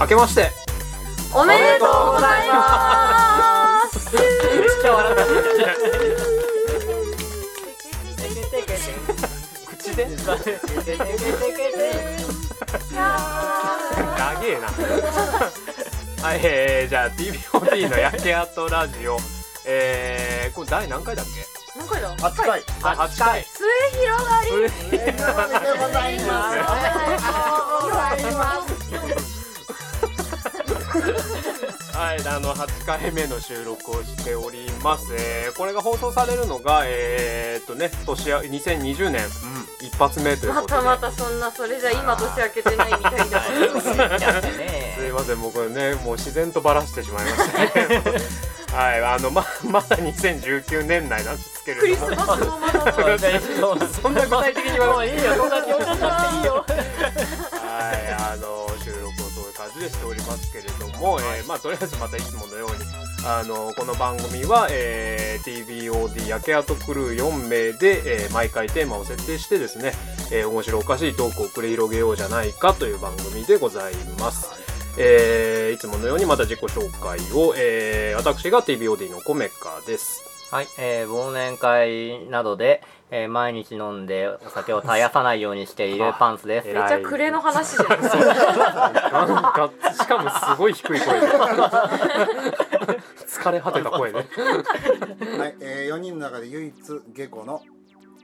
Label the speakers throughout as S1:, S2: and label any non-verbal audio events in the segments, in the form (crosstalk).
S1: 明けまして
S2: おめでとうございます。
S1: めっちゃ笑った口で長えな (laughs) はい、えー、じゃあ TBOT の焼け跡ラジオえー、これ第何回だっけ
S2: 何回だ？
S3: 8回
S1: あ、8回 (laughs)
S2: 末広がり。
S1: それ
S3: ございま
S2: あ
S3: す
S2: りがとうございます。
S1: はい、あの8回目の収録をしております、えー、これが放送されるのがえー、っとね年や2020年一発目というこ
S2: ま
S1: とで、
S2: たまたそんなそれじゃ今年明けてないみたいだ。
S1: すいません僕ねもう自然とバラしてしまいましたけど
S2: (laughs)
S1: はいあのままだ2019年内なんですけれど
S2: ク
S1: も
S2: リスマスもまだ。
S1: そんな具体的に言わない
S3: いいよそんな気持ちなくていいよ
S1: はいあの収録をそういう感じでしておりますけれども、えーまあとりあえずまたいつものようにあのこの番組は、えー TBOD 焼け跡クルー4名で、えー毎回テーマを設定してですね、えー面白おかしいトークを繰り広げようじゃないかという番組でございます、えーいつものようにまた自己紹介を、えー私が TBOD のコメカです
S3: はい、えー忘年会などで、えー毎日飲んでお酒を絶やさないようにしているパンツです
S1: え
S2: めっちゃクレの話じゃん。
S1: なんかしかもすごい低い声で疲れ果てた声で
S4: はい、えー、4人の中で唯一下戸の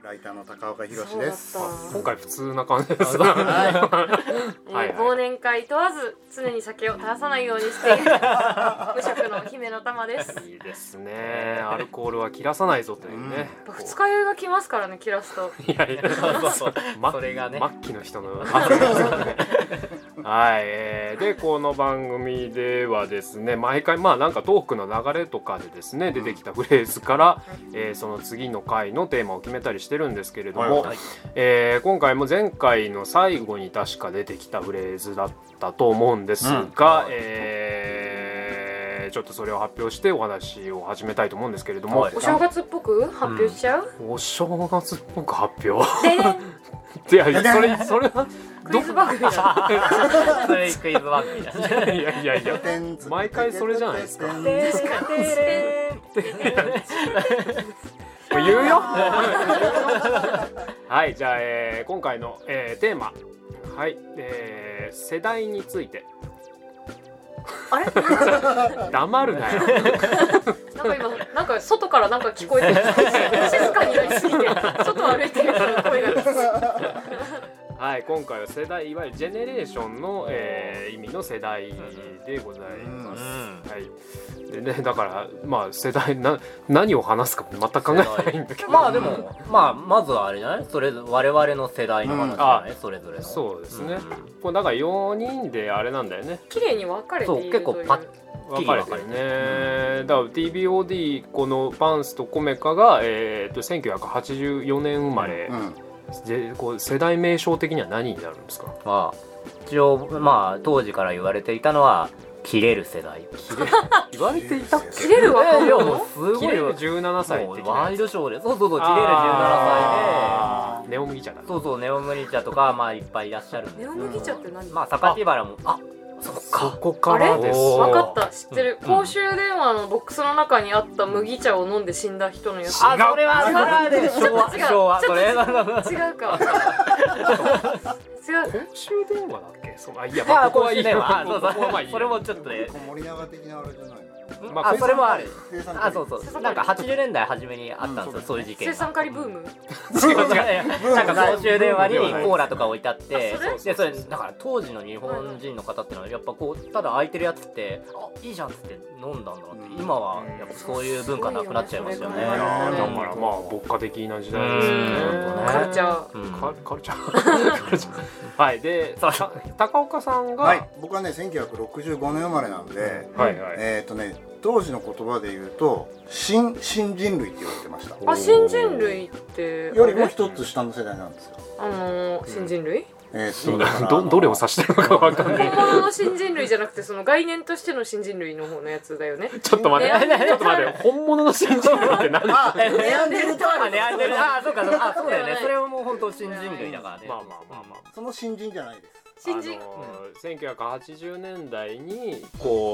S4: ライターの高岡宏です。
S2: そうだった
S1: 今回普通な感じです
S2: えー
S1: はいはい
S2: 忘年会問わず常に酒を絶やさないようにしている無職の姫の玉です。
S1: いいですねアルコールは切らさないぞというね、こう
S2: 二日酔いが来ますからねキラスと。
S1: いやいや
S3: そうそう
S1: ま
S3: (laughs) それがね
S1: 末期の人
S3: (laughs)
S1: の (laughs) 発言ですねはい、えーでこの番組ではですね毎回まあなんかトークの流れとかでですね出てきたフレーズから、えーその次の回のテーマを決めたりしてるんですけれども、
S3: はい
S1: えー今回も前回の最後に確か出てきたフレーズだったと思うんですが、えーちょっとそれを発表してお話を始めたいと思うんですけれども、
S3: はい
S2: お正月っぽく発表しちゃう？
S1: お正月っぽく発表 (laughs)
S2: でね
S1: いやそれそれは
S2: クイズ番組じゃん。
S3: それクイズ番組だし
S1: いやいやいや毎回それじゃないですか
S4: か
S2: でで
S1: もう言うよはいじゃあ、えー今回の、えーテーマはい、えー世代について
S2: あれ？
S1: 黙るなよ
S2: なんか今なんか外からなんか聞こえてきた静かになりすぎて外歩いてる人の声が
S1: はい今回は世代いわゆるジェネレーションの、えー意味の世代でございます、
S3: うん
S1: はいでねだからまあ世代な何を話すか全く考えてないんだけど
S3: まあでも、まあ、まずはあれじゃないそれぞれ我々の世代の話じゃない、それぞれの
S1: そうですね、
S3: うん
S1: これだから4人であれなんだよね
S2: 綺麗に分かれているという。
S3: そう結構パッ
S1: 分かれてるね、だから TBOD このパンスとコメカが、えー、と1984年生まれ、
S4: うん、
S1: でこう世代名称的には何になるんですか
S3: まあ一応まあ当時から言われていたのは切れる世代
S1: 言われていたっ
S2: 切れる若
S3: いやも
S2: 者
S3: う？す
S1: け
S3: ごいよ
S1: 17歳
S3: も
S1: 的
S3: う
S1: な
S3: ワ
S1: や
S3: イ
S1: つ
S3: ドショーでそうそうそう切れる17歳
S1: あーネオ麦茶だ
S3: でそうそうネオムニチャとかまあいっぱいいらっしゃるんで
S2: ネオ麦茶って何？
S3: まあ坂木原もあそっ
S1: こ
S3: か
S1: こからです
S3: あれ
S2: 分
S3: わ
S2: かった知ってる
S3: うん
S2: 公衆電話のボックスの中にあった麦茶を飲んで死んだ人のやつ
S3: あそれはそれはね昭
S2: 違う
S3: 和昭和
S2: ちょ
S3: そ
S2: っと違
S3: れ
S2: う違う
S3: (laughs)
S2: か違う
S1: 公衆電話だっけそのあいや (laughs) ま
S3: ま
S1: あ
S3: あ
S1: ここ
S3: こ
S1: はいい
S3: い
S1: よ
S3: ねまあ
S1: こ
S3: そう
S1: こここはまあい
S3: そ
S1: いうよ
S3: それもちょっとね
S4: 森永的なあれじゃないの。
S1: ま
S3: あそれもある
S4: 生産
S3: あそうそうなんか80年代初めにあったんですよそういう事件
S2: 生
S3: が
S2: 産カリブーム
S3: 違う違う (laughs) なんか公衆電話に
S1: ブ
S3: コ
S1: ームではない
S3: ーラとか置いてあって
S2: あ
S1: それ
S3: でそれだから当時の日本人の方ってのはやっぱこうただ空いてるやつってあいいじゃんっつって飲んだんだなって今はやっぱそういう文化なくなっちゃいましたよね
S2: すごいよ
S1: あー
S2: ね
S1: だからまあ牧歌的な時代ですよね
S3: うん
S2: カルチャー
S3: うん
S1: カルカルチャー (laughs) カルチャーはいでさ高岡さんが、
S4: はい、僕はね、1965年生まれなんで、
S1: はいはい
S4: えっ、とね、当時の言葉で言うと、新新人類って言われてました。
S2: あ新人類って
S4: よりも一つ下の世代なんですよ。
S2: あのー新人類
S4: えー
S1: そ
S4: そううだ
S1: だ
S4: から
S1: ど (laughs) どれを指してるのかわか (laughs) んない
S2: 本物の新人類じゃなくてその概念としての新人類の方のやつだよね
S1: ちょっと (laughs) 待って、ちょっと待って、 (laughs) 本物の新人類って何まあ
S3: あ (laughs) えネアンデルタール
S2: ネ
S3: ネ
S2: ア
S3: ア
S2: ン
S3: ン
S2: デ
S3: デ
S2: ル
S3: ル
S2: タ
S3: タ
S2: ール
S3: ールあそうかそうかあそ
S2: そう
S3: うだよ
S2: だよ
S3: ね
S2: ね
S3: それはもう本当新人類だからね
S1: まあまあまあ。
S4: その新人じゃないです
S2: 新人
S1: あのー1980年代に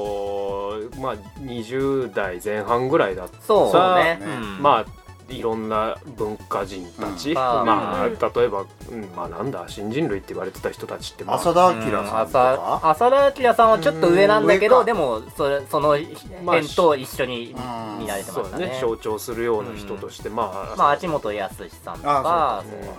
S1: こうまあ20代前半ぐらいだった、
S3: そう
S1: さあ
S3: ね
S4: ね
S3: うん
S1: まあいろんな文化人たち、
S4: うん
S3: あー
S1: まあ、
S2: うん
S1: 例えば、うん、まあなんだ新人類って言われてた人たちって、まあ、
S4: 浅田明
S3: うん
S4: さんと
S3: 浅
S4: か
S3: 浅田明さんはちょっと上なんだけ
S4: う
S3: ど
S4: ん
S3: でもそれその
S1: まあ
S3: 辺と一緒に
S4: うん
S3: 見られてま
S1: そう
S3: し
S1: だ
S3: た
S1: ね
S3: ね。
S1: 象徴するような人として、まあ、
S3: まあ秋元康さんとか
S4: あ
S1: そ
S3: そうう
S1: だ
S3: だね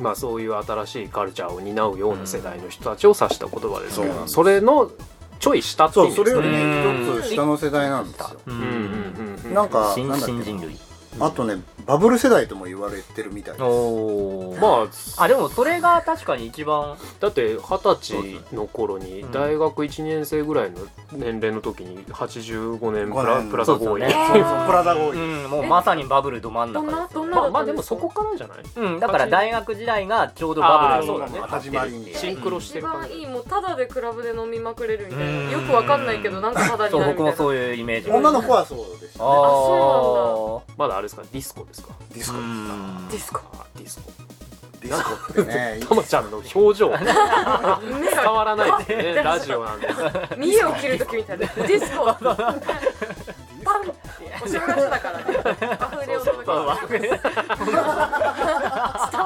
S1: まあ、そういう新しいカルチャーを担うような世代の人たちを指した言葉ですけど、
S4: そう
S1: それのちょい下ってい
S4: そううんそ
S1: で
S4: れ
S1: す
S4: よ
S1: ね
S4: りね
S3: うん
S4: 一つ下の世代なんですよ
S3: う
S1: うんうんう
S3: ん
S1: んうん
S4: なんか
S3: 新
S4: なんだっ
S3: 新
S4: け
S3: 人類
S4: あとねバブル世代とも言われてるみたいです
S3: おま
S1: まあ
S3: ああでもそれが確かに一番
S1: だって二十歳の頃に
S3: うん
S1: 大学1年生ぐらいの年齢の時に85年プ
S4: 五
S1: ラ
S4: 年
S1: プラザ合意
S3: そうですよね
S4: そうそうプラザ合
S3: う
S4: 意
S3: んもうまさにバブルど真ん
S2: どん
S3: 中
S2: な
S3: です
S2: どんな
S1: ま
S2: だ
S1: あ
S2: っ
S1: まあ
S2: たん
S1: ですそ
S2: か
S1: こからじゃない
S3: うんだから大学時代がちょうどバブル
S1: あーそうだね
S3: 当たってるっていう
S4: 始
S1: まりにシンクロして
S2: 一番いいもうタダでクラブで飲みまくれるみたい
S3: うん
S2: なよくわかんないけどなんかタダに
S3: そう
S2: なるみたい
S3: 僕も
S2: な
S3: そういうイメージ
S4: 女の子はそうでし
S3: あ
S4: たね
S2: そ
S3: あ
S1: まだあれですかディスコですか
S4: ディ
S3: ー
S4: スコ
S3: うん
S2: ディスコ
S1: あーディスコ
S4: ディスコって
S3: (laughs)
S4: ね
S1: たまちゃんの表情伝
S2: 目が
S1: わらないですねラジオなんで
S2: 見栄を切る時みたいなディス
S1: (laughs)
S2: コパンってお正月だからね和風でお届け
S3: まあまあ
S2: 伝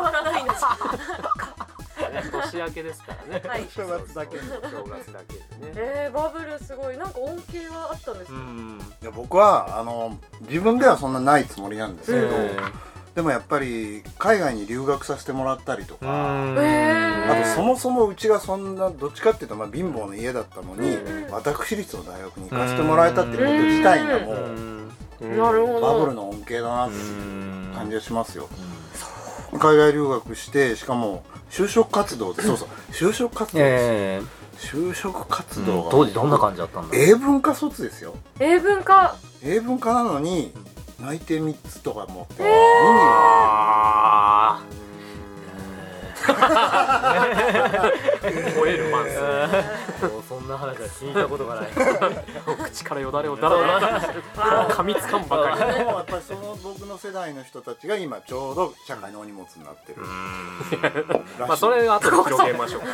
S2: わらないんです
S1: 年明けですからね
S2: はい
S4: 正月だけに
S1: そうそう正月だけにね
S2: えー、バブルすごいなんか恩恵はあったんです
S3: う
S2: か、
S3: ん
S4: いや僕はあの自分ではそんなないつもりなんですけど、
S3: え
S4: でもやっぱり海外に留学させてもらったりと
S3: ー
S4: か、
S3: うん
S2: えー
S4: あとそもそもうちがそんなどっちかっていうとまあ貧乏の家だったのに、
S2: うん
S4: 私立の大学に行かせてもらえたってこと自体がも
S3: う
S4: う、
S3: ん
S1: うん
S2: なるほ
S4: バブル
S2: ど
S4: の恩恵だなって
S3: うん
S4: 感じがしますよ、海外留学してしかも就職活動でそうそう就職活動です、
S3: えー
S4: 就職活動
S3: うん
S4: が
S3: 当時どんな感じだったんだ
S4: 英文科卒ですよ
S2: 英文化
S4: 英文科なのに内定3つとか持って、
S3: あ
S1: 吠えるマンス
S3: ーそんな話は聞いた (laughs) ことがない
S1: 口からよだれをだらだらだらする噛みつかんばかり
S4: でもやっぱりその僕の世代の人たちが今ちょうど社会のお荷物になってるら
S1: まあ
S4: しい
S1: それ後で広げましょうかね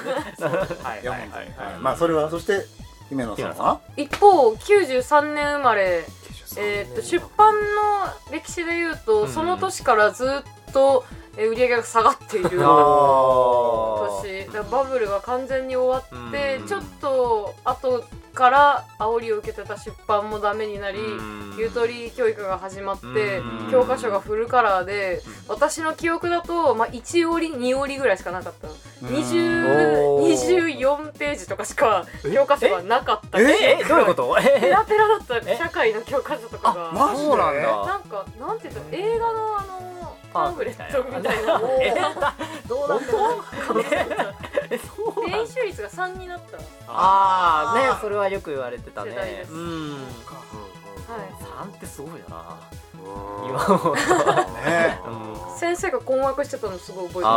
S1: はい
S4: いや
S1: は
S4: 本
S1: い
S4: 当
S1: は
S4: に
S1: い
S4: はいまあそれはそして姫野さんは
S2: 一方93年生まれ、えー、と出版の歴史でいうと、
S3: うん
S2: その年からずっとえー売り上げが下がって
S3: (laughs)
S2: いる年だからバブルが完全に終わって、
S3: うん
S2: ちょっと後から煽りを受けてた出版もダメになり、ゆとり教育が始まって、
S3: うん
S2: 教科書がフルカラーで、私の記憶だと、まあ、1折2折ぐらいしかなかったの20
S3: おー
S2: 24ページとかしか教科書がなかった
S3: ええどういうこと
S2: ペ
S3: え
S2: ラペラだった
S3: え
S2: 社会の教科書とかが、
S4: マジで
S3: そうなん
S2: な
S3: だ
S2: んかなんて言ったら映画のあのパンフレットみたいなのを
S3: えどうなってるえそうなん
S2: 練
S3: だ
S2: 習率が3になったの
S3: ああねそれはよく言われてたね
S2: 世代です
S3: うん
S2: はい
S3: 三ってすごいよな
S1: 今
S3: 今も
S4: ね
S2: 先生が困惑してたのすごい覚えてま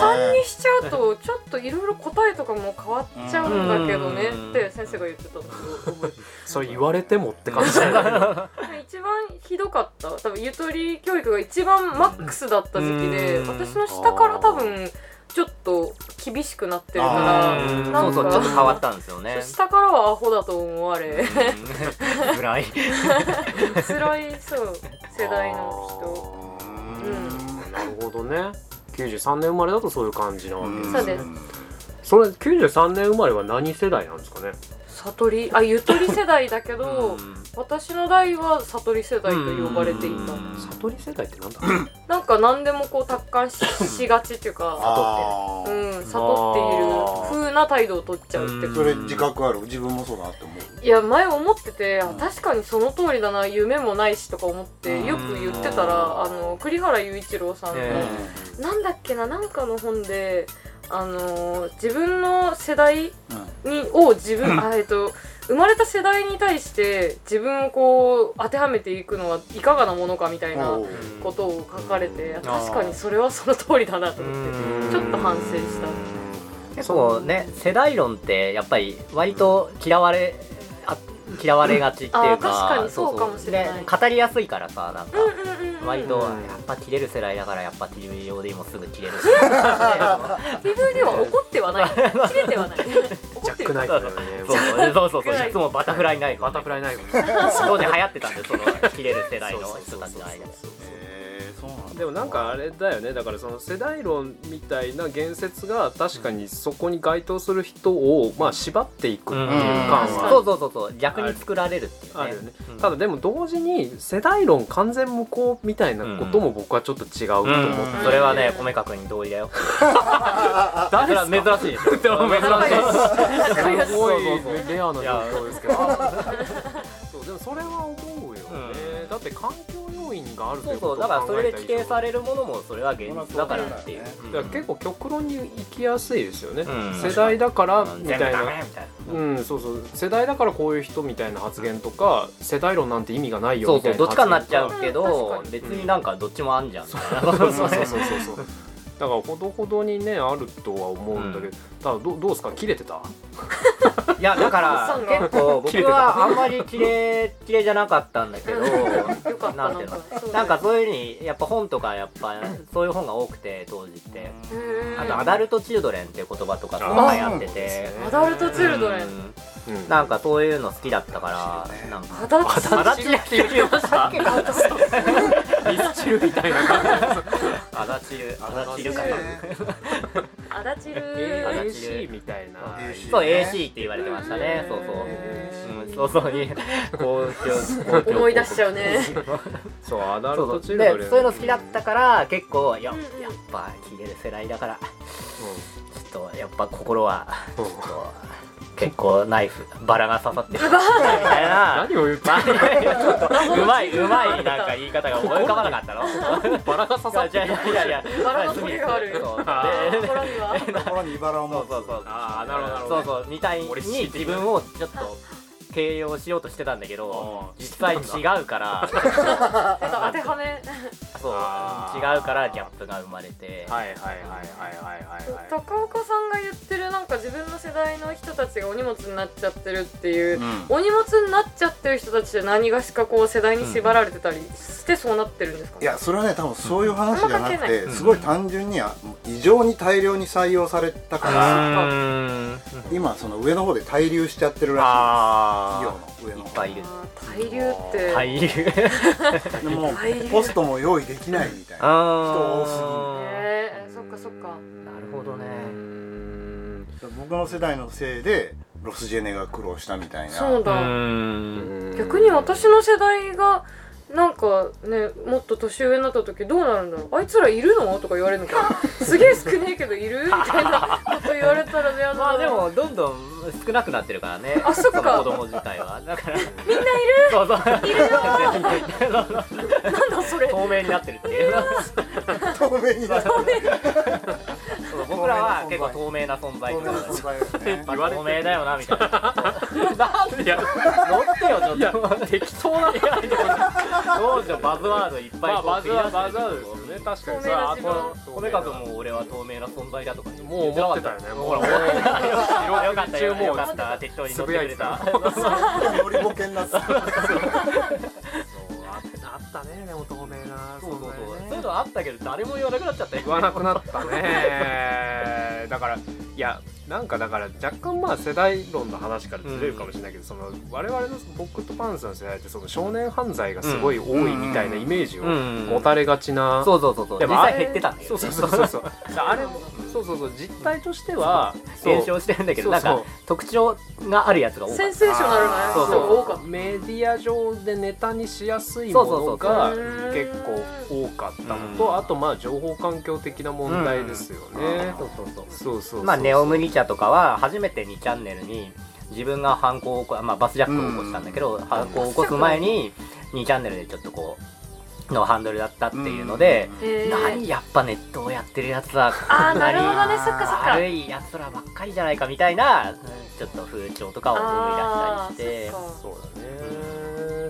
S3: あ
S2: す
S3: ー
S2: 3にしちゃうとちょっといろいろ答えとかも変わっちゃうんだけどね
S3: うん
S2: って先生が言ってたのすごい覚えて
S1: そう言われてもって感じだ
S2: (laughs)
S1: ね
S2: る一番ひどかった多分ゆとり教育が一番マックスだった時期で
S3: うん
S2: 私の下から多分ちょっと厳しくなってる
S4: あ
S2: か
S3: うん
S2: らな
S3: そうんそうちょっと変わっ
S2: か
S3: たんですよね
S2: 下からはアホだと思わ
S3: (laughs)
S2: れ
S3: う
S2: (laughs)
S3: ん辛い
S2: 辛いそう世代の
S1: 人なるほどね93年生まれだとそういう感じなわけです
S2: そうです
S1: それ93年生まれは何世代なんですかね
S2: 人悟りあゆとり世代だけど私の代は悟り世代と呼ばれていた
S3: うん
S1: 悟り世代ってなんだ
S2: なんか何でもこう達観ししがちっていうか、
S4: あ
S2: う
S4: ー
S2: ん、悟っている風な態度を取っちゃうっていう
S3: うん
S2: か
S4: それ自覚ある自分もそうだなって思う
S2: いや前思っててあ確かにその通りだな夢もないしとか思って
S4: うん
S2: よく言ってたらあの栗原雄一郎さんの、
S3: え
S2: なんだっけななんかの本であの自分の世代
S4: うん
S2: にを自分、あえっと生まれた世代に対して自分をこう当てはめていくのはいかがなものかみたいな
S4: おう
S2: ことを書かれて
S3: うん
S2: 確かにそれはその通りだなと思って
S3: うん
S2: ちょっと反省した
S3: 結構ね世代論ってやっぱり割と嫌われあ嫌われがちっていうか
S2: あー確かにそうかもしれない
S3: で語りやすいからさなんか
S2: うんうんうん
S3: 割と
S1: うん
S3: やっぱ切れる世代だからやっぱ TVOD もすぐ切れ
S2: (laughs)
S3: るし
S2: TVD は怒ってはない切れてはない
S1: ジャ
S2: 怒
S1: ッ
S2: って
S1: ク
S2: る (laughs)
S1: ナイフ (laughs) だよね
S3: そうそうそう
S2: ぐら
S3: そう
S2: い
S3: いつもバタフライナイフ
S1: バタフライナイフ
S3: そこで流行ってたんでその切れる世代の人たちの間で
S4: えーそうなんだ
S1: でもなんかあれだよねだからその世代論みたいな言説が確かにそこに該当する人をまあ縛っていくっていう感
S2: うん
S1: は
S3: そうそうそうそう逆に作られるっていうね
S1: あるよね
S3: うん
S1: ただでも同時に世代論完全無効みたいなことも僕はちょっと違うと思って、
S3: うんそれはね米川君に同意だよ
S1: 誰
S3: それは珍しいでしょ珍しい
S1: すごい
S3: そうそう
S1: レアな状
S3: いや
S1: 況です (laughs) けどそうでもそれは思うよね、
S3: うん
S1: だって環境要因があるとい
S3: そうう
S1: こ
S3: そう
S1: とを
S3: だからそ
S1: 考え
S3: れで
S1: た以
S3: 規
S1: 上
S3: 定されるものもそれは現実だからっていう、
S4: う
S1: だから結構極論に行きやすいですよね、
S3: うん
S1: 世代だから
S3: うん
S1: み
S3: 全部
S1: たい
S3: ダ
S1: な
S3: メみたいな
S1: うん、そうそう世代だからこういう人みたいな発言とか世代論なんて意味がないよ
S3: そ
S1: み
S3: う
S1: たい
S3: そ
S1: な
S3: うどっちかになっちゃ
S1: 発
S3: うけ
S2: うん確
S3: ど
S2: かに
S3: 別になんかどっちもあんじゃんみたいな
S1: 言とかそうそうそうそうそう (laughs) だからほどほどにねあるとは思うんだけど、ただどどうですか切れてた
S3: いやだから
S2: そうなの
S3: 結構僕はあんまり綺麗綺麗じゃなかったんだけど
S2: よかったな
S3: な
S2: ん
S3: てい
S2: ん
S3: う
S2: か
S3: の
S2: そう
S3: (laughs) なんかそういうふうにやっぱ本とかやっぱそういう本が多くて当時って
S2: へー
S3: あとアダルトチルドレンっていう言葉とかそんな流行ってて
S2: アダルトチルドレン
S3: うん
S1: うん
S3: なんかそういうの好きだったからなんか
S2: あだ
S1: 足立が切れましたミ (laughs) スチルみたいな感
S3: アダチルアダチルかな
S4: え
S2: あだちる
S1: じ
S3: ー
S1: AC みたいな
S4: AC
S3: そう AC って言われてましたねそうそううん、そうそうにこうこう
S2: 思い出しちゃうね
S1: そうアダル
S3: そ
S1: ト
S3: う
S1: チ
S3: そう
S1: ルドレン
S3: でそういうの好きだったから結構や
S2: うんうん
S3: やっぱ切れる世代だからちょっとやっぱ心は
S1: うんうん
S3: こう結構ナイフバラが刺さ
S2: (laughs)
S3: ってるみたいな
S1: (laughs) 何を言って
S3: まあいやちょっとうまいうまいなんか言い方が思い浮かばなかったの
S1: バラが刺さっ
S3: い
S1: て
S3: や
S1: る
S3: いやいやいや
S2: バラのトゲがある
S3: そうで
S2: 心には
S4: ー心に茨を持つ
S3: そうそうそう
S1: (laughs) ああなるほどなるほ
S3: そ
S1: ど
S3: うそうみたいに
S1: 俺知って
S3: 自
S1: る
S3: 分をちょっと形容しようとしてたんだけど
S1: うん
S3: 実際違うから
S2: ちょっと当てはめ
S3: そう
S1: あ
S3: 違
S1: ー
S3: うからギャップが生まれて
S1: はいはいはいはいはいはいはい
S2: 高岡さんが言ってるなんか自分の世代の人たちがお荷物になっちゃってるっていう、
S4: うん
S2: お荷物になっちゃってる人たちで何がしかこう世代に縛られてたりしてそうなってるんですか
S4: い
S2: ね、
S4: やそれはね多分そういう話じゃなくて、
S3: うん
S4: すごい単純には異常に大量に採用されたから、
S3: うーん
S4: 今その上の方で滞留しちゃってるらしい
S3: あ
S4: です企
S3: ー
S4: 業の上の
S3: いっ
S4: 方
S3: ぱ
S2: あ
S3: いいる
S2: ー対流って、
S3: 俳優
S4: でも
S2: 滞留
S4: ポストも用意できないみたいな
S3: あー
S2: えー、そっかそっか
S3: なるほどね
S4: 僕の世代のせいでロスジェネが苦労したみたいな
S2: そう
S3: う
S2: だ、
S3: ーん
S2: 逆に私の世代がなんかねもっと年上になった時どうなるんだろうあいつらいるのとか言われるの
S3: (laughs)
S2: かなすげえ少ねえけどいるみたいなこと言われたら嫌だな
S3: まあでもどんどん少なくなってるからね
S2: あそっか
S3: の子供自体はだからみんないるそうそういるよ
S2: なんだそれ
S3: (laughs) 透明になってるっていう
S4: 透明になる
S3: そう僕らは結構透明な存在
S4: 透明な存在ですね
S3: まあ透明だよなみたい
S1: (laughs)
S3: (laughs) な
S1: なんでや
S3: 乗ってよちょっと
S1: 適当な
S3: どうしようバズワードいっぱい
S1: まあバズはバズはです
S3: こ
S1: よ
S3: う切り出して
S1: ね確かに
S2: 透明な自分
S3: 米川君も俺は透明な存在だとか言
S1: もう思ってたよね
S3: ほら
S1: もう
S3: よかったよよかった適当に乗ってくれた
S1: つ
S4: よりボケになってた
S1: そうああったねでも透明な
S3: そうそうそう
S1: 存在ね
S3: そういうのあったけど誰も言わなくなっちゃったよ
S1: 言わなくなったねだからいやなんかだから若干まあ世代論の話からずれるかもしれないけど、その我々の僕とパンツの世代ってその少年犯罪がすごい多いみたいなイメージを
S3: うん
S1: 持たれがちな、
S3: そうそうそうそう
S1: で
S3: 実
S1: もあ
S3: 際
S1: れ
S3: 減ってたんだ
S1: そ
S3: よ
S1: うそうそうそうそうあれもそうそうそう実態としては
S3: 減少してるんだけ
S1: そ
S3: どな
S1: うんそう
S3: か特徴があるやつが多か
S2: セ
S3: っ
S2: ンセーショナルなやつ
S3: そ
S2: が
S3: うそう
S2: 多かった
S1: メディア上でネタにしやすいものが
S2: そうそうそうそう
S1: 結構多かったのと
S3: うん
S1: あとまあ情報環境的な問題ですよ
S3: た
S1: ね、
S3: そうそうそ
S1: そ
S3: う
S1: うそうそう
S3: まあ、ネオ麦茶とかは初めて2チャンネルに自分が犯行を起こ、まあ、バスジャックを起こしたんだけど、犯行を起こす前に2チャンネルでちょっとこうのハンドルだったっていうので、
S2: えー
S3: 何やっぱネットをやってるやつは
S2: あーなるほ
S3: 悪
S2: どねそっかそっか
S3: い悪いやつらばっかりじゃないかみたいなうんちょっと風潮とかを
S2: あ
S3: 思
S2: ー
S3: い出したりして
S2: そっか
S1: そうだね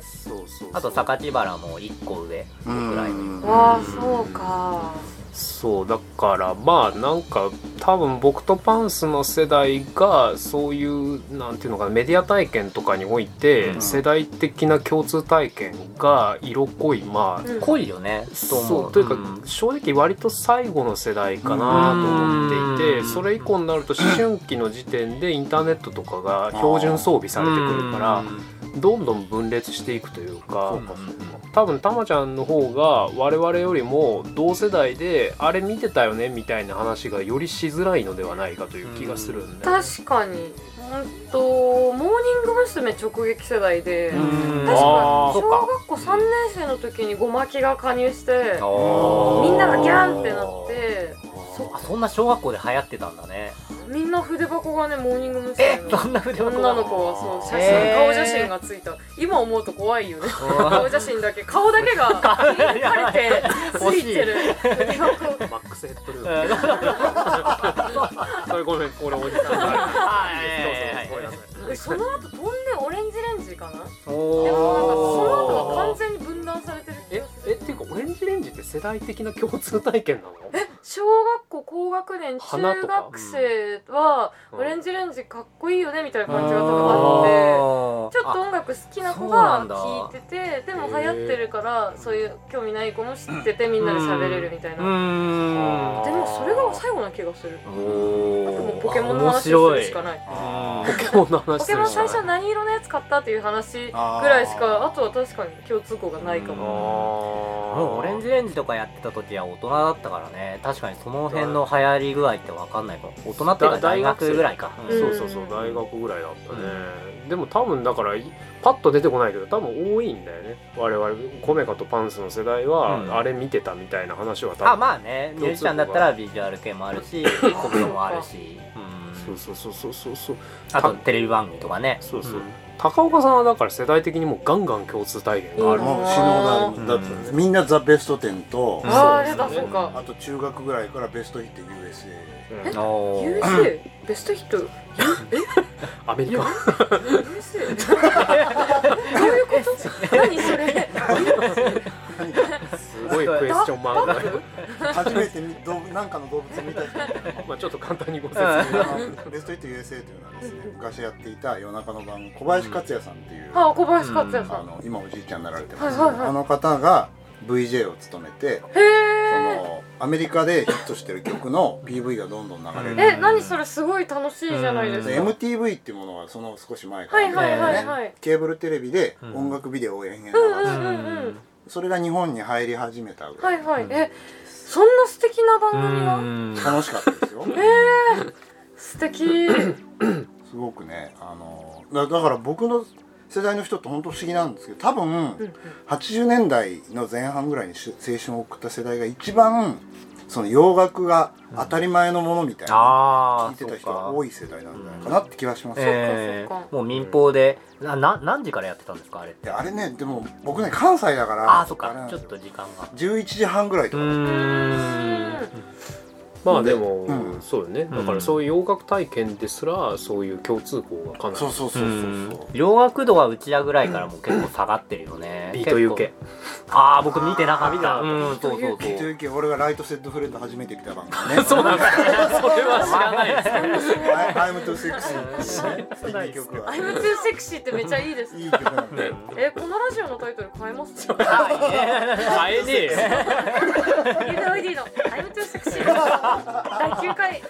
S1: そうそうそう
S3: あと榊原も1個上僕らよりも
S2: わあそうか
S1: そうだからまあなんか多分僕とパンスの世代がそういうなんていうのかなメディア体験とかにおいて、
S3: うん
S1: 世代的な共通体験が色濃いまあ、
S2: うん
S3: 濃いよねと思う
S1: そうというか、
S3: ん
S1: 正直割と最後の世代かなと思っていて、
S3: うん
S1: それ以降になると思春期の時点でインターネットとかが標準装備されてくるから、
S3: うん
S1: どんどん分裂していくというか。
S4: そうかそう
S1: 多分たまちゃんの方が我々よりも同世代であれ見てたよねみたいな話がよりしづらいのではないかという気がするんで、
S2: 確かに本当モーニング娘。直撃世代で
S3: うん
S1: 確
S2: 確かに
S1: あ
S3: そ
S1: ー
S3: う
S2: 小学校3年生の時にゴマキが加入して
S3: あー
S2: みんながギャンってなって
S3: そうあそんな小学校で流行ってたんだね
S2: みんな筆箱がねモーニング娘
S3: え。
S2: の
S3: そんな筆箱
S2: 女の子はそう写
S3: へ
S2: 真
S3: ー
S2: 顔写真がついた今思うと怖いよね
S3: うん
S2: 顔写真だけ顔だけが描かれてついてる筆箱
S1: マックスヘッドル
S3: うん
S1: それごめんこれおじさんが
S3: はい
S1: どうぞごめんな
S2: でその後飛んでオレンジレンジかなでも
S3: おー
S2: なんかその後は完全に分断されてる気
S1: え
S2: がす
S1: え
S2: る
S1: っていうかオレンジレンジって世代的な共通体験なの
S2: 小学校高学年中
S1: 花とか
S2: 学生は
S1: うん
S2: オレンジレンジかっこいいよねみたいな感じが多分あって
S3: あー
S2: ちょっと音楽好きな子
S3: あそ
S2: が
S3: うなんだ
S2: 聴いててでも流行ってるからそういう興味ない子も知っててみんなで喋れるみたいな
S3: うーん
S2: でもそれが最後な気がする
S3: おー
S2: もうポケモンの話をするしかない
S3: 面白い
S1: ポケモンの話
S2: ポ
S1: す
S2: ケ
S1: る
S2: モン
S1: じゃな
S2: 最
S1: い
S2: 初何色のやつ買ったっていう話ぐらいしかあとは確かに共通項がないか
S1: あ
S2: も
S1: ー
S3: もうオレンジレンジとかやってた時は大人だったからね確かにその辺の流行り具合って分かんないかも大人っていうか
S1: だ
S3: 大学ぐらいか
S2: う
S1: そ
S2: ん
S1: うそうそう大学ぐらいだったね、でも多分だからいパッと出てこないけど多分多いんだよね我々コメカとパンスの世代は、
S3: うん
S1: あれ見てたみたいな話は多分
S3: あまあねミュージシャンだったらビジュアル系もある
S2: (laughs)
S3: しコメもあるしう
S1: そ
S3: ん
S1: うそうそうそうそうそう
S3: あとテレビ番組とかね
S1: そうそう、
S3: ん
S1: 高岡さんはだから世代的にもうガンガン共通体験がある、
S2: うん
S4: もう死ぬほどだったんです、みんなザ・ベスト10と、
S3: うん
S2: ああ出
S1: そう
S2: た
S1: です
S2: そ
S1: ね
S2: うか
S4: あと中学ぐらいからベストヒット
S1: う
S4: USA
S1: ん
S3: おー
S2: USA ベストヒット
S1: アメリカ
S2: (laughs) USA どういうこと何それ
S1: すごいクエスチョンマークがある
S4: 初めてみ動物なんかの動物見た人
S1: まあちょっと簡単にご説
S3: う
S1: 明
S3: ん
S4: ベストヒット USA というのはですね昔やっていた夜中の番組小林克也さんっていう、
S2: あ小林克也さ
S4: あ
S2: ん
S4: の今おじいちゃんになられてますけど、
S2: はいはいはい
S4: あの方が VJ を務めて
S2: へ
S4: そ
S2: え
S4: のアメリカでヒットしてる曲の PV がどんどん流れる
S2: え何それすごい楽しいじゃないです
S4: で
S2: か
S4: MTV っていうものがその少し前か
S2: は
S4: ら
S2: いはいはいはい
S4: ケーブルテレビで
S3: うん
S4: 音楽ビデオを延々
S2: うん
S4: 流
S2: う
S4: す、
S2: んうんうん
S4: それが日本に入り始めたぐら、
S2: はいいはいえそんな素敵な番組
S3: う
S2: が
S3: ん
S4: 楽しかったですよ
S2: 素敵
S4: すごくねあのだだから僕の世代の人って本当不思議なんですけど多分、80年代の前半ぐらいにし青春を送った世代が一番その洋楽が当たり前のものみたいな、
S3: あ
S4: 聞
S3: あ
S4: いて
S3: そ
S4: た
S3: う
S4: 人が
S3: か
S4: 多い世代なんじゃないかなって気はしますよ、
S3: え
S2: そっかそっ
S3: ーもう民放でなな何時からやってたんですかあれ
S4: いやあれねでも僕ね関西だから
S3: ああそっ
S4: あれな
S3: か
S4: ん
S3: ち
S4: で
S3: ょっ
S4: すよ
S3: と時間が
S4: 11時半ぐらいとか、
S3: ん
S1: まあでも、
S4: うん
S1: そうよねだか
S3: う
S1: ら
S3: ん
S1: そういう洋楽体験ですらそういう共通項がかなり
S4: そうそうそうそうそう
S3: 両学度はうちらぐらいからもう結構下がってるよね
S1: ビート UK
S3: 結構ああ僕見てなか
S1: 見
S3: って
S1: なかっ
S3: た
S1: た
S3: うんそうそう
S4: と
S3: そ
S4: いううけ俺がライトセットフレンド初めて見た番組ね
S1: そうなんだそれは知らないです
S4: アイアイムトゥセクシーっていうねいい曲は
S2: アイムトゥセクシーってめっちゃいいです
S4: いい曲なんだよ
S2: えこのラジオのタイトル変えます
S1: あえねえよ
S2: ？UNID のアイムトゥセクシー第9回
S4: よ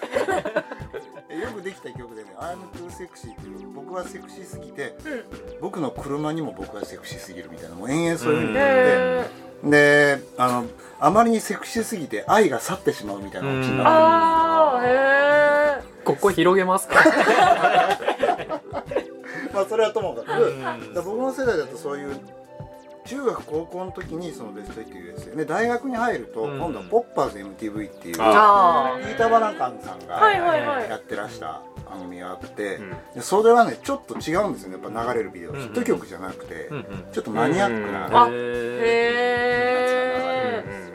S4: くできた曲でね「I'm too sexy」っていう僕はセクシーすぎて
S2: うん
S4: 僕の車にも僕はセクシーすぎるみたいなもう延々そういうふうに言って
S2: え
S4: てであのあまりにセクシーすぎて愛が去ってしまうみたいなオチに
S2: ー、
S4: なっ
S2: あーへ
S1: ここ広げますか
S4: てるまあそれはともかくだから僕の世代だとそういう中学高校の時にそのベスト8いうやつで大学に入ると
S3: うん
S4: 今度はポッパーズ MTV っていう
S1: あ
S3: あ
S2: ー
S4: 飯田花館さんが
S2: はいはいはい
S4: やってらした番組があって、
S1: うん
S4: でそれはねちょっと違うんですよねやっぱ流れるビデオ、
S3: うん
S4: ヒット曲じゃなくて、
S3: うんうん
S4: ちょっとマニアックな、
S2: あ
S3: へ
S2: えへ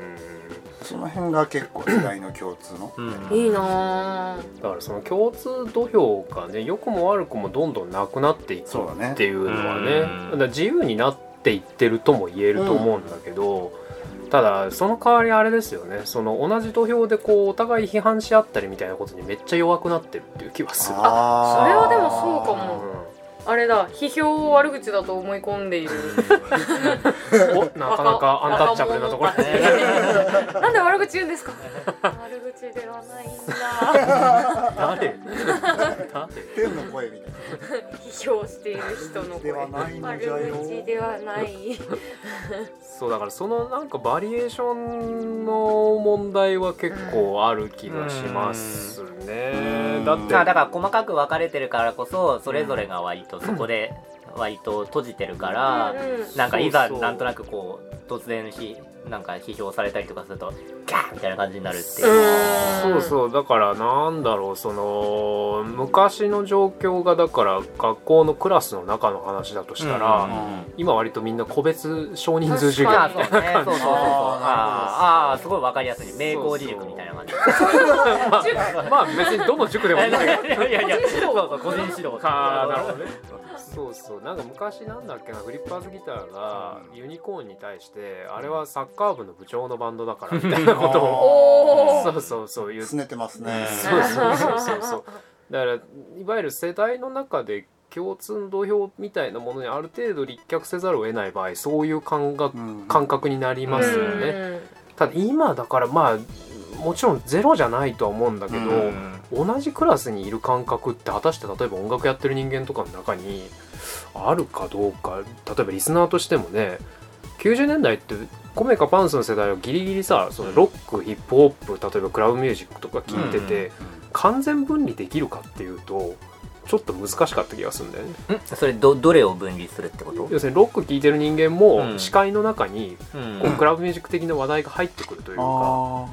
S4: その辺が結構世代の共通の
S3: うん
S2: いいなぁ
S1: だからその共通土俵がね良くも悪くもどんどんなくなっていく
S4: そうだね
S1: っていうのはね
S3: うん
S1: だから自由になっていってるとも言えると思うんだけど、ただその代わりあれですよねその同じ土俵でこうお互い批判し合ったりみたいなことにめっちゃ弱くなってるっていう気はする。
S4: あ
S2: それはでもそうか
S4: ー
S2: もあれだ批評を悪口だと思い込んでい
S1: う
S2: る
S1: んおなかなかアンタッチャブルなところ
S2: 若 (laughs) 者
S1: ね
S2: (laughs) なんで悪口言うんですか悪口ではないんだ
S1: 誰
S4: 天の声みたい
S2: 批評している人の
S4: な
S2: 声
S4: ではないのじゃ
S2: 悪口
S4: よ
S2: ではない
S1: そうだからそのなんかバリエーションの問題は結構ある気がしますね
S4: うん
S1: だ
S3: まあ
S1: って
S3: だから細かく分かれてるからこそそれぞれが割とそこで割と閉じてるから
S2: うんうん
S3: なんかいざ
S1: そうそう
S3: なんとなくこう突然ひなんか批評されたりとかするとキャーみたいな感じになるっていうう。
S2: ーん
S1: そうそうだからなんだろうその昔の状況がだから学校のクラスの中の話だとしたら、
S3: うん
S1: 今割とみんな個別少人数授業
S3: まあ
S2: 確
S3: そう
S2: か
S3: ね、そうそうそうそうあーあーすごい分かりやすい名
S1: そう
S3: 工
S1: そう
S3: 義塾みたいな感じ
S1: まあ別にどの塾でもいいんだけど
S3: いやいやいや
S2: 個人指導
S3: そうそう個人指導
S1: かなるほどねそうそうなんか昔なんだっけなフリッパーズギターがユニコーンに対してあれはサッカー部の部長のバンドだからみたいなことを
S2: お
S1: そ
S2: ー
S1: うそうそう言っ
S4: 拗ねてますね
S1: そうそうそうそうそうだからいわゆる世代の中で共通の土俵みたいなものにある程度立脚せざるを得ない場合そういう感覚,、
S4: うん
S1: 感覚になりますよね、
S2: うん
S1: ただ今だからまあもちろんゼロじゃないとは思うんだけど、
S4: う
S1: 同じクラスにいる感覚って果たして例えば音楽やってる人間とかの中にあるかどうか例えばリスナーとしてもね90年代ってコメかパンスの世代はギリギリさそのロックヒップホップ例えばクラブミュージックとか聞いてて、完全分離できるかっていうとちょっと難しかった気がするんだよね
S3: (laughs) それどどれを分離するってこと
S1: 要するにロック聴いてる人間も、
S3: うん
S1: 視界の中に
S3: うん
S1: こうクラブミュージック的な話題が入ってくるというか、
S4: あ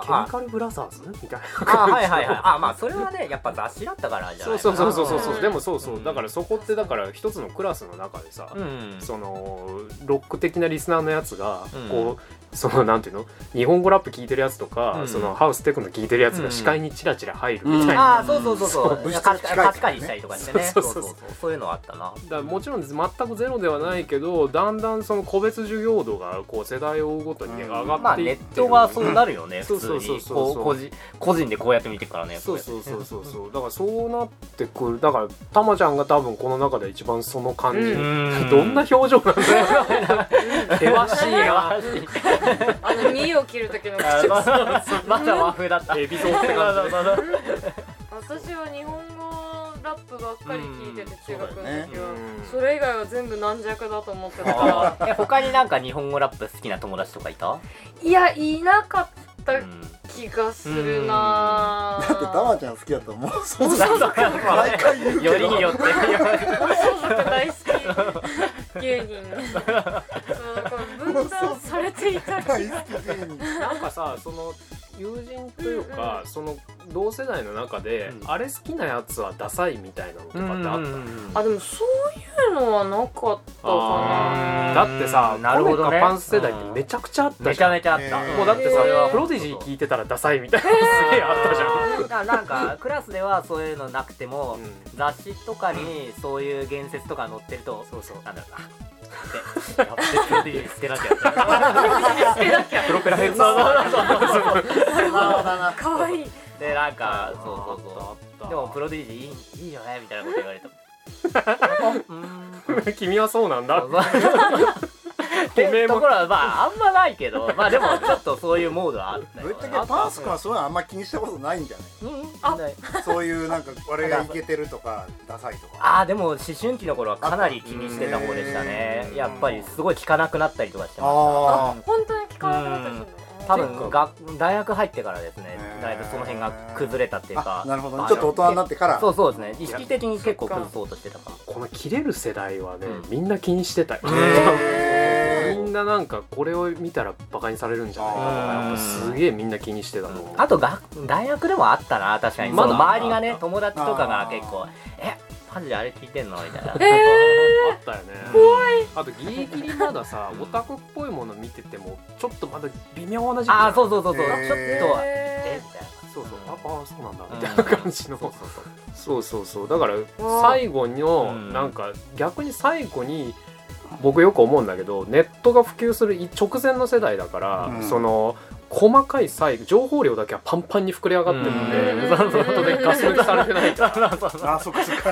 S3: あ
S1: ケミ
S3: ー
S1: カルブラザーズみたいな
S3: あーはいはいはいあーまあそれはねやっぱ雑誌だったからじゃ
S1: そ
S3: な
S1: う
S3: いか
S1: そう
S3: な
S1: そうそうそううんでもそうそう、
S3: うん
S1: だからそこってだから一つのクラスの中でさ、
S3: うん
S1: そのロック的なリスナーのやつが
S3: うん
S1: こうそのなんていうの日本語ラップ聞いてるやつとか、
S3: うん
S1: そのハウステクノ聞いてるやつ
S3: う
S1: が
S3: ん
S1: 視界にチラチラ入るみたいな、
S4: うん
S1: だか
S3: ああそうそうそうそう
S4: 物質
S3: 貸し
S4: 近いから
S3: 貸
S4: ね
S3: し借りしたりとかしてね
S1: そ
S3: そうう
S1: そ
S3: そうう
S1: そ
S3: そううそういうのはあったな
S1: らもちろん全くゼロではないけどだんだんその個別授業度がこう世代を追うごとにね
S4: うん
S1: 上がっていってる、
S3: まあネットがそうなるよね
S1: そう
S3: 普
S1: そ
S3: 通
S1: うそう
S3: に
S1: そう
S3: こう個人個人でこうやって見てくからね
S1: そうそうそうそうそうだからそうなってくるだからたまちゃんが多分この中で一番その感じ、
S2: う
S1: どんな表情なんだよ険しいな (laughs)
S3: 険しい
S2: あの見栄を切る時の口
S3: あーまだ和風だった
S1: エビゾーって感じ
S3: そうそうそう
S2: 私は日本語ラップばっかり聞いてて中学の時
S4: そうだよね
S2: は
S1: うん
S2: それ以外は全部軟弱だと思ってたから
S3: あー (laughs) え他になんか日本語ラップ好きな友達とかいた、
S2: いやいなかった
S3: うん
S2: 気がするな
S4: あだってタマちゃん好きだ
S2: (laughs)
S4: と思うそう
S3: そうそう
S4: (laughs)
S3: そう
S4: 毎回言うけど
S3: よりによって
S2: 相続大好 (laughs) き芸人そうだから分断されていた気が
S4: 大好き芸人
S1: なんかさその友人というか、
S2: うん
S1: その同世代の中で、
S3: うん
S1: あれ好きなやつはダサいみたいなの
S3: (laughs)
S1: とかってあった、
S2: あでもそういうのはなかったか
S3: あー
S1: だってさ
S3: なるほどね
S1: コメカパンス世代ってめちゃくちゃあった
S3: め
S1: じ
S3: ちゃ
S1: ゃん
S3: めちゃあった、
S4: えー
S1: もうだってさ、
S2: えー
S1: プロディジー聞いてたらダサいみたいなのすげえあったじゃん、
S3: だからなんかクラスではそういうのなくても、
S1: うん
S3: 雑誌とかにそういう言説な載ってると、
S1: そうそう
S3: なんだろうなやってやってプロデュースしてなきゃ
S2: な捨てなきゃ
S1: プロペラヘッド
S2: かわいい
S3: でなんかそうそうそ
S1: そう
S3: でもプロデュージーいいいいよねみたいなこと言われたうー
S1: (laughs)
S3: ん
S1: 君はそうなんだ (laughs)
S3: っていうところはまああんまないけどまあでもちょっとそういうモードはあったよ
S4: ぶっちゃけパース君はそういうのあんま気にしたことないんじゃない
S3: うん
S2: あ
S3: ない
S4: そういうなんか俺がイケてると (laughs) かダサいとか
S3: ああでも思春期の頃はかなり気にしてた方でしたね
S1: うん
S3: やっぱりすごい聞かなくなったりとかしてま
S4: あ
S2: 本当に聞かなくなっ
S3: したた多
S2: 人
S3: 分が大学入ってからですね
S4: へー
S3: だいぶその辺が崩れたっていうか
S4: あなるほど
S3: あ
S4: ね
S3: の
S4: ちょっと大人になってから
S3: そうそうですね意識的に結構崩そうとしてたかも
S1: この切れる世代はね、
S3: うん
S1: みんな気にしてたよ、
S4: へ
S1: みんななんかこれを見たらバカにされるんじゃないかとかやっぱすげえみんな気にしてたと思う、
S3: あとが大学でもあったな確かに、
S1: まだ
S3: その周りが
S1: あっ
S3: ね
S1: た
S3: 友達とかが結構
S4: あー
S3: 「えマジであれ聞いてんのみたいな
S2: えー、
S1: あったよね
S2: 怖い
S1: あとギリギリまださオタクっぽいもの見ててもちょっとまだ微妙な時期
S3: ああそううそうそうそう、
S4: えー
S3: ちょっとは
S2: え
S3: えみたいな
S1: そうそうああそうなんだ
S3: うん
S1: みたいな感じの、
S3: そうそうそう
S1: そうそうそうだから
S2: わあ
S1: 最後の
S3: うん
S1: なんか逆に最後に僕よく思うんだけどネットが普及する直前の世代だから、
S4: うん
S1: その細かい細部情報量だけはパンパンに膨れ上がってるので、
S2: うん
S1: (laughs) その後でガス抜きされてないから
S3: (laughs)
S4: あそっかそっか
S2: めっちゃ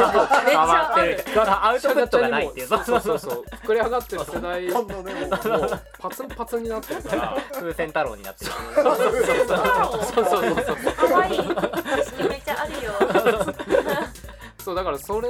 S2: あ
S3: 回っ
S2: る
S3: てるアウトプットがないっていう
S1: そうそうそうそう膨れ上がってる世代も
S4: 今
S1: う
S4: 度ね (laughs)
S1: パツンパツンになってるから。
S3: 風船太郎になってる
S1: そうそうそうそう
S5: 可愛い景色めっちゃあるよ
S1: そうだからそれ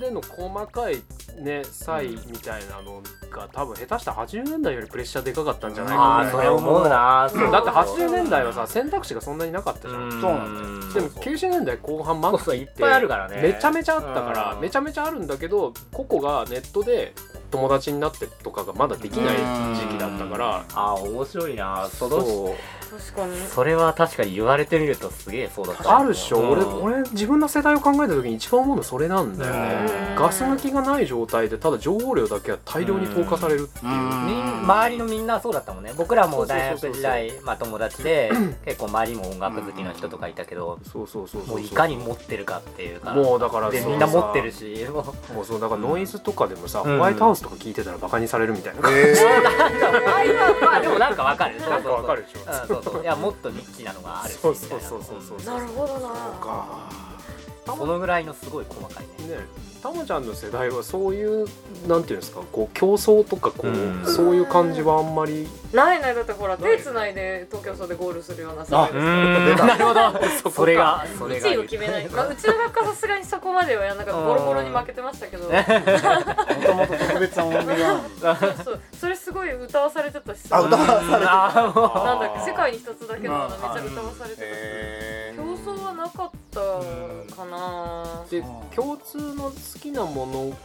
S1: での細かいね差異みたいなのが多分下手したら80年代よりプレッシャーでかかったんじゃない
S3: ああ
S1: か
S3: それ思うな
S1: な、
S3: そう
S1: だって80年代はさ選択肢がそんなになかったじゃん、
S4: そうなん
S1: でも90年代後半漫画
S3: そうそう
S1: い
S3: い
S1: っ
S3: ってぱいあるからね
S1: めちゃめちゃあったから、
S3: うん
S1: めちゃめちゃあるんだけど個々がネットで友達になってとかがまだできない時期だったから、
S3: ああ面白いなその
S1: そう
S2: 確かに
S3: それは確かに言われてみるとすげえそうだった
S1: あるっしょ、
S3: うん
S1: 俺俺自分の世代を考えた時に一番思うのそれなんだよね、
S2: うん
S1: ガス抜きがない状態でただ情報量だけは大量に投下されるっていう、
S3: みん周りのみんなそうだったもんね僕らも大学時代まあ友
S1: (clears throat)
S3: 達で結構周りも音楽好きの人とかいたけど
S1: そうそうそうそう
S3: もういかに持ってるかっていうか
S1: もうだから
S3: で
S1: そう
S3: みんな持ってるしもう
S1: もうそうだからノイズとかでもさ、
S3: うん
S1: ホワイトハウスとか聞いてたらバカにされるみたいな、
S4: え
S3: ま (laughs) あでもなんかわかる
S1: なんかわかるでしょ、
S3: うんそうそういやもっとニッチなのがあるし
S1: そうそうそうそうそう
S3: み
S1: そ
S2: な
S1: う
S2: るほどな
S4: か
S3: たいなそのぐらいのすごい細かいね
S1: ねタモちゃんの世代はそういうなんていうんですかこう競争とかこう、
S3: うん
S1: そういう感じはあんまり
S2: ないないだってほら手つないで東京層でゴールするような世界ですから
S3: んなるほど (laughs) それがそれが
S2: 1位を決めない、まあ、うちの学科さすがにそこまではやんなかったボロボロに負けてましたけど
S4: もともと特別な重みが
S2: そうそれすごい歌わされてたし
S4: あ歌わされてた
S3: あーもう
S2: なんだっけ世界に一つだけの花めっちゃ歌わされてたし、
S4: え
S2: 競争はなかったかな
S1: で
S4: うん
S1: 共通の好きなもの、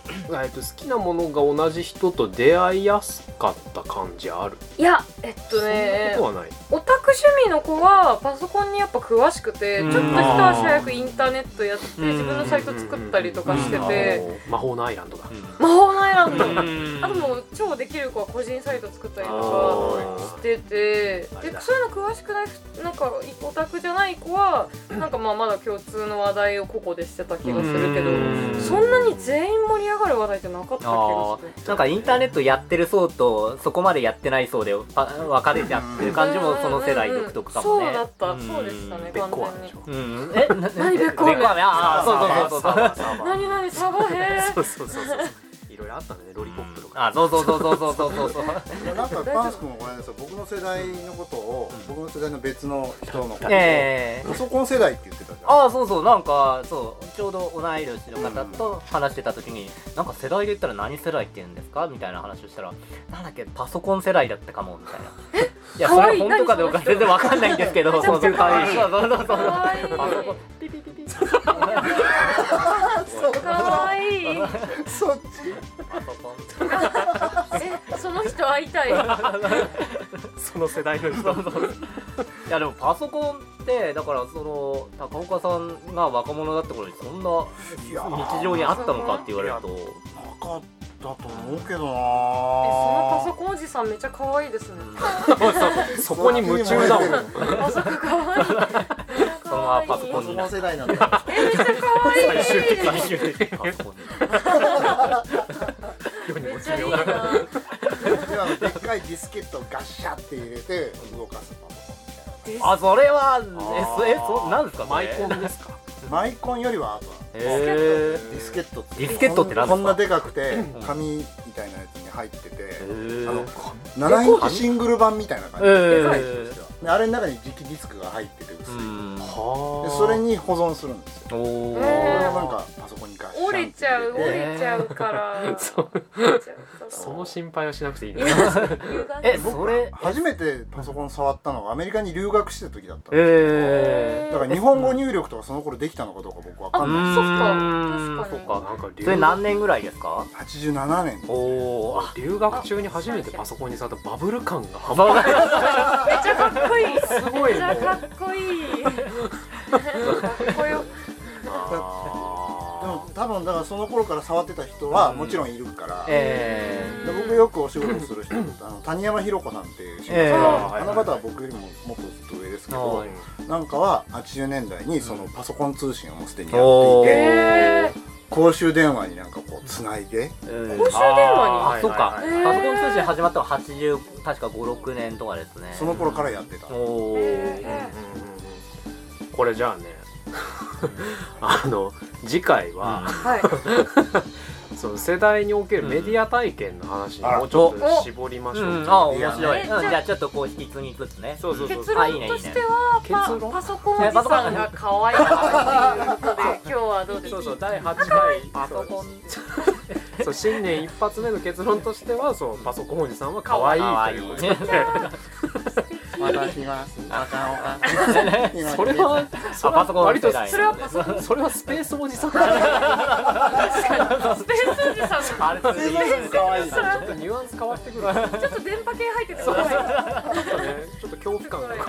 S1: えっと、好きなものが同じ人と出会いやすかった感じある
S2: いやえっと
S1: そんな
S2: ね
S1: ことはない
S2: オタク趣味の子はパソコンにやっぱ詳しくてち
S3: う
S2: ょ
S3: ん
S2: っと一足早くインターネットやって
S3: うん
S2: 自分のサイト作ったりとかしてて
S1: うん魔法のアイランドだ
S2: 魔法のアイランド
S3: うん
S2: あともう超できる子は個人サイト作ったりと
S1: あ
S2: かしててで
S1: あ
S2: そう
S1: れ
S2: いう
S1: だ
S2: の詳しくないなんかオタクじゃない子はなんかまあまだ共通の話題を個々でしてた気がするけど
S3: うん
S2: そんなに全員盛り上がる話題ってなかった気がする。
S3: なんかインターネットやってる層とそこまでやってない層であ分かれちゃってる感じもその世代独特かもね。
S2: そうだったそうでしたね
S1: べっ
S2: 完
S1: こアで
S2: 全
S1: し
S2: に
S1: ょ
S3: うん。え、
S2: (laughs)
S3: な
S2: 何べっこ飴
S3: べっこ飴ああ、そうそうそうそう。
S2: 何何サバへー
S1: そうそうそうそういろいろあったんだねロリポップとか
S3: あ、そうそうそうそうそうそうそう (laughs) そう。
S4: なんかパンス君もごめんなさい僕の世代のことを僕の世代の別の人のことを
S3: ええ
S4: パソコン世代って言ってたじゃん
S3: ああそうそうなんかそうちょうど同い年の方と話してた時に、なんか世代で言ったら何世代って言うんですかみたいな話をしたらなんだっけパソコン世代だったかもみたいな
S1: (laughs)
S3: えいや
S2: か
S3: そ
S2: わ
S3: れ
S2: いい
S3: 本当かどうか全然わかんないんですけどそうそう
S1: 可愛い
S3: そうそうそう
S2: かわいい
S3: パソコンピピピピ
S2: かわいい
S4: そっ
S3: パソコン
S2: えその人会いたい
S1: その世代
S3: (laughs)
S1: の人
S3: いやでもパソコンってだからその高岡さんが若者だった頃にそんな
S4: ちいや
S3: 日常にあったのかって言われると
S4: なかったと思うけど
S2: え
S4: な
S2: そのパソ
S4: そ
S2: コンおじさんめっちゃ可愛いですね。
S1: そこに夢中だもん
S2: あそこ可愛い。
S3: そのままパソコンに
S4: パソコン世代なんだよ
S2: えめっちゃ可愛い。
S1: 最終的に
S3: (laughs) パソコンに
S1: 世に
S2: めっ
S1: も
S2: ちゃ
S1: 奇
S2: いい
S1: 妙
S2: な。
S1: な
S4: 今のでっかいディスケットをガシャって入れて動かすパソコンみたいな
S3: あそれはえそえそなんですか
S1: マイコ
S3: ン
S1: ンですか
S4: マイコンよりは後なんだ
S3: へ
S4: ディスケットって
S3: ディスケットってなんですか
S4: こんなでかくて紙みたいなやつに入ってて、
S3: え
S4: あの7インチシングル版みたいな感じ、
S3: え
S4: でかいであれの中に磁気ディスクが入ってて薄い、で
S3: ん
S1: は
S4: それに保存するんですよ
S3: おお
S4: これ
S2: えー
S4: をなんかパソコンにガシャンって
S2: 折れちゃう折
S4: 入れて
S2: れちゃうから。
S1: そう
S2: 折れちゃう
S1: その心配はしなくていい
S2: いや
S1: ね
S2: 歪んで
S3: えそれ
S4: 初めてパソコン触ったのがアメリカに留学してた時だったんです
S3: え
S4: だから日本語入力とかその頃できたのかどうか僕わか
S3: ー
S4: んない
S2: ー
S3: うーん
S2: そっか確かに
S3: そっか
S1: なんか留
S3: それ何年ぐらいですか
S4: 87年
S3: おおあ
S1: 留学中に初めてパソコンに触ったバブル感が半端
S3: そうだ
S2: めっちゃかっこいい。
S1: ないすごい
S2: めっち
S1: も
S2: ゃ
S1: う
S2: かっこいい。かっこよ。
S1: あ
S4: でも多分だからその頃から触ってた人はもちろんいるから、
S3: え
S4: で僕よくお仕事する人ってあの谷山ひろ子さんっていう仕事、
S3: ええ
S4: あの方は僕よりももっとずっと上ですけ
S3: ー、
S4: ど、
S3: はい
S4: なんかは80年代にそのパソコン通信をもうすでにやっ
S3: お
S4: ていて
S2: えー、
S4: 公衆電話になんかこうつないで
S3: えー
S2: 公衆電話
S3: あそうか、
S1: はい
S2: はいはい
S3: パソコン通信始まったの80確か56年とかですね
S4: その頃からやってた、
S3: お
S2: え
S3: ー
S2: ー
S1: これじゃあね (laughs) あの次回は、
S2: にはい
S1: その世代におけるメディア体験の話に
S4: うん
S1: もうちょっと絞りましょう、
S3: うん、あ面白い、
S5: え
S3: うん、
S5: じゃあ
S3: じゃあちょっとこう引き継ぎつつね
S1: そうそうそう
S2: 結
S1: そう
S3: あいいね
S2: 論としてはパ
S1: 結論
S2: パソコンおじさんが可愛いなということで今日はどうで
S1: そ
S2: すか
S1: う (laughs) そう第8回
S3: パソコン
S1: そうそう新年一発目の結論としてはそうパソコンおじさんは可愛いということで
S4: 私は中岡今
S1: (laughs) それはそ
S3: あ
S1: れは
S3: パソコン
S1: 割
S3: 世
S1: と
S3: 代
S2: それはパソコン
S1: それはスペースおじさんじゃな
S3: (laughs)
S1: い
S2: スペースおじさんの
S3: あれすげえ (laughs)
S4: 可愛い
S1: ちょっとニュアンス変わってくるちょっ
S2: ちょっと電波系入ってて
S1: そう
S2: 怖い
S1: とねちょっと恐怖感が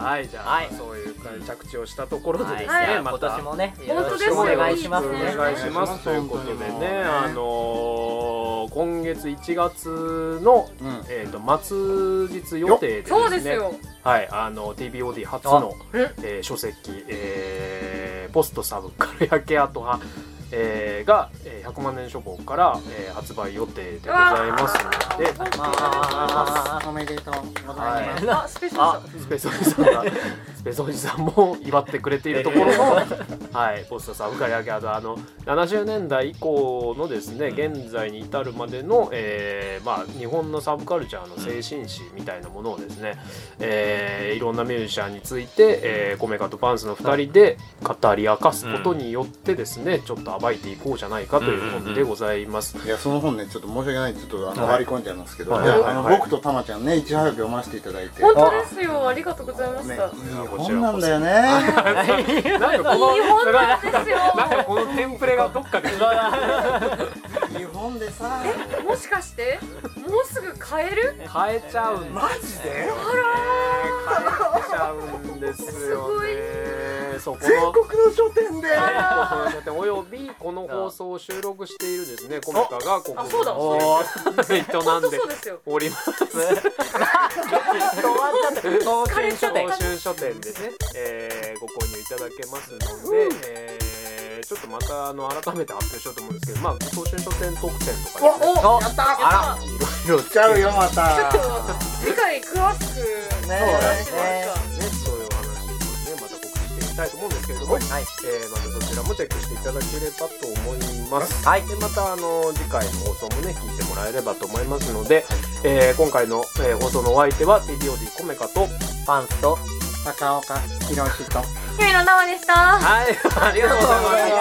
S1: はいじゃあ、
S3: はい
S1: そういう着地をしたところでですね、
S3: はい、
S1: ま
S3: 今
S1: た
S3: 年もね、よ
S2: 本
S3: ろ
S2: 当
S3: し
S2: です
S3: く
S2: よ
S3: お願いします
S1: お
S2: いいです
S1: 願いしますということでね、あのー今月1月の、
S4: うん
S1: えー、と末日予定でですね
S2: そうですよ
S1: はい、あの TBOD 初の
S2: あえ、
S1: えー書籍、えーポストサブカル焼け跡派」えーが、えー100万年書房から、えー発売予定でございますので、
S3: ま
S4: おめでとうございます、
S1: は
S2: あスペースおじさん
S1: い、スペースおじさんがスペースおじさんも祝ってくれているところの、はい、ポストサブカル焼け跡あの70年代以降のですね現在に至るまでの、えーまあ、日本のサブカルチャーの精神史みたいなものをですね、えーいろんなミュージシャンについて、えー、コメカとパンスの2人で語り明かすことによってですね、ちょっと暴いていこうじゃないかという本でございます。
S4: いやその本ねちょっと申し訳ないちょっとあの、
S1: はい
S4: 割り込んじゃいますけど、
S1: はい
S4: いやあの
S1: はい
S4: 僕とたまちゃんねいち早く読ませていただいて
S2: 本当ですよありがとうございまし
S4: ね
S2: た、
S4: いい本なんだよね
S1: なんかこ (laughs) の
S2: いい本なんですよ
S1: なんかこのテンプレがどっかで
S4: いい本でさ
S2: もしかしてもうすぐ買える
S1: 変えちゃうんだ
S4: マジで
S2: あ
S1: 変
S2: ら
S1: えちゃうんですよね。そこ
S4: 全
S1: の
S4: 国の書店で
S1: およびこの放送を収録しているですねコメカがここ
S2: あそうだ
S1: を営
S2: ー本
S1: ん
S2: 当
S1: で
S2: そうですよ
S1: おります
S2: 疲れちゃっ
S1: 公
S2: た
S1: 衆書店でね、えーご購入いただけますので、えーちょっとまたあの改めて発表しようと思うんですけどまあ公衆書店特典とかですね
S3: お
S2: やったやった
S3: あ
S1: いろいろ
S4: ちゃうよまた
S2: ちょっと次回詳しくお
S4: ね
S2: 願いします
S1: ねそういうお話をねまた告知していきたいと思うんですけれども、
S3: らはい
S1: えーまたそちらもチェックしていただければと思います。
S3: はい
S1: でまたあの次回の放送もね聞いてもらえればと思いますので、えー今回の、えー放送のお相手は TBOD コメカと
S3: パンスと
S4: 高岡宏と
S2: 君の名前でした
S1: はいありがとうございました。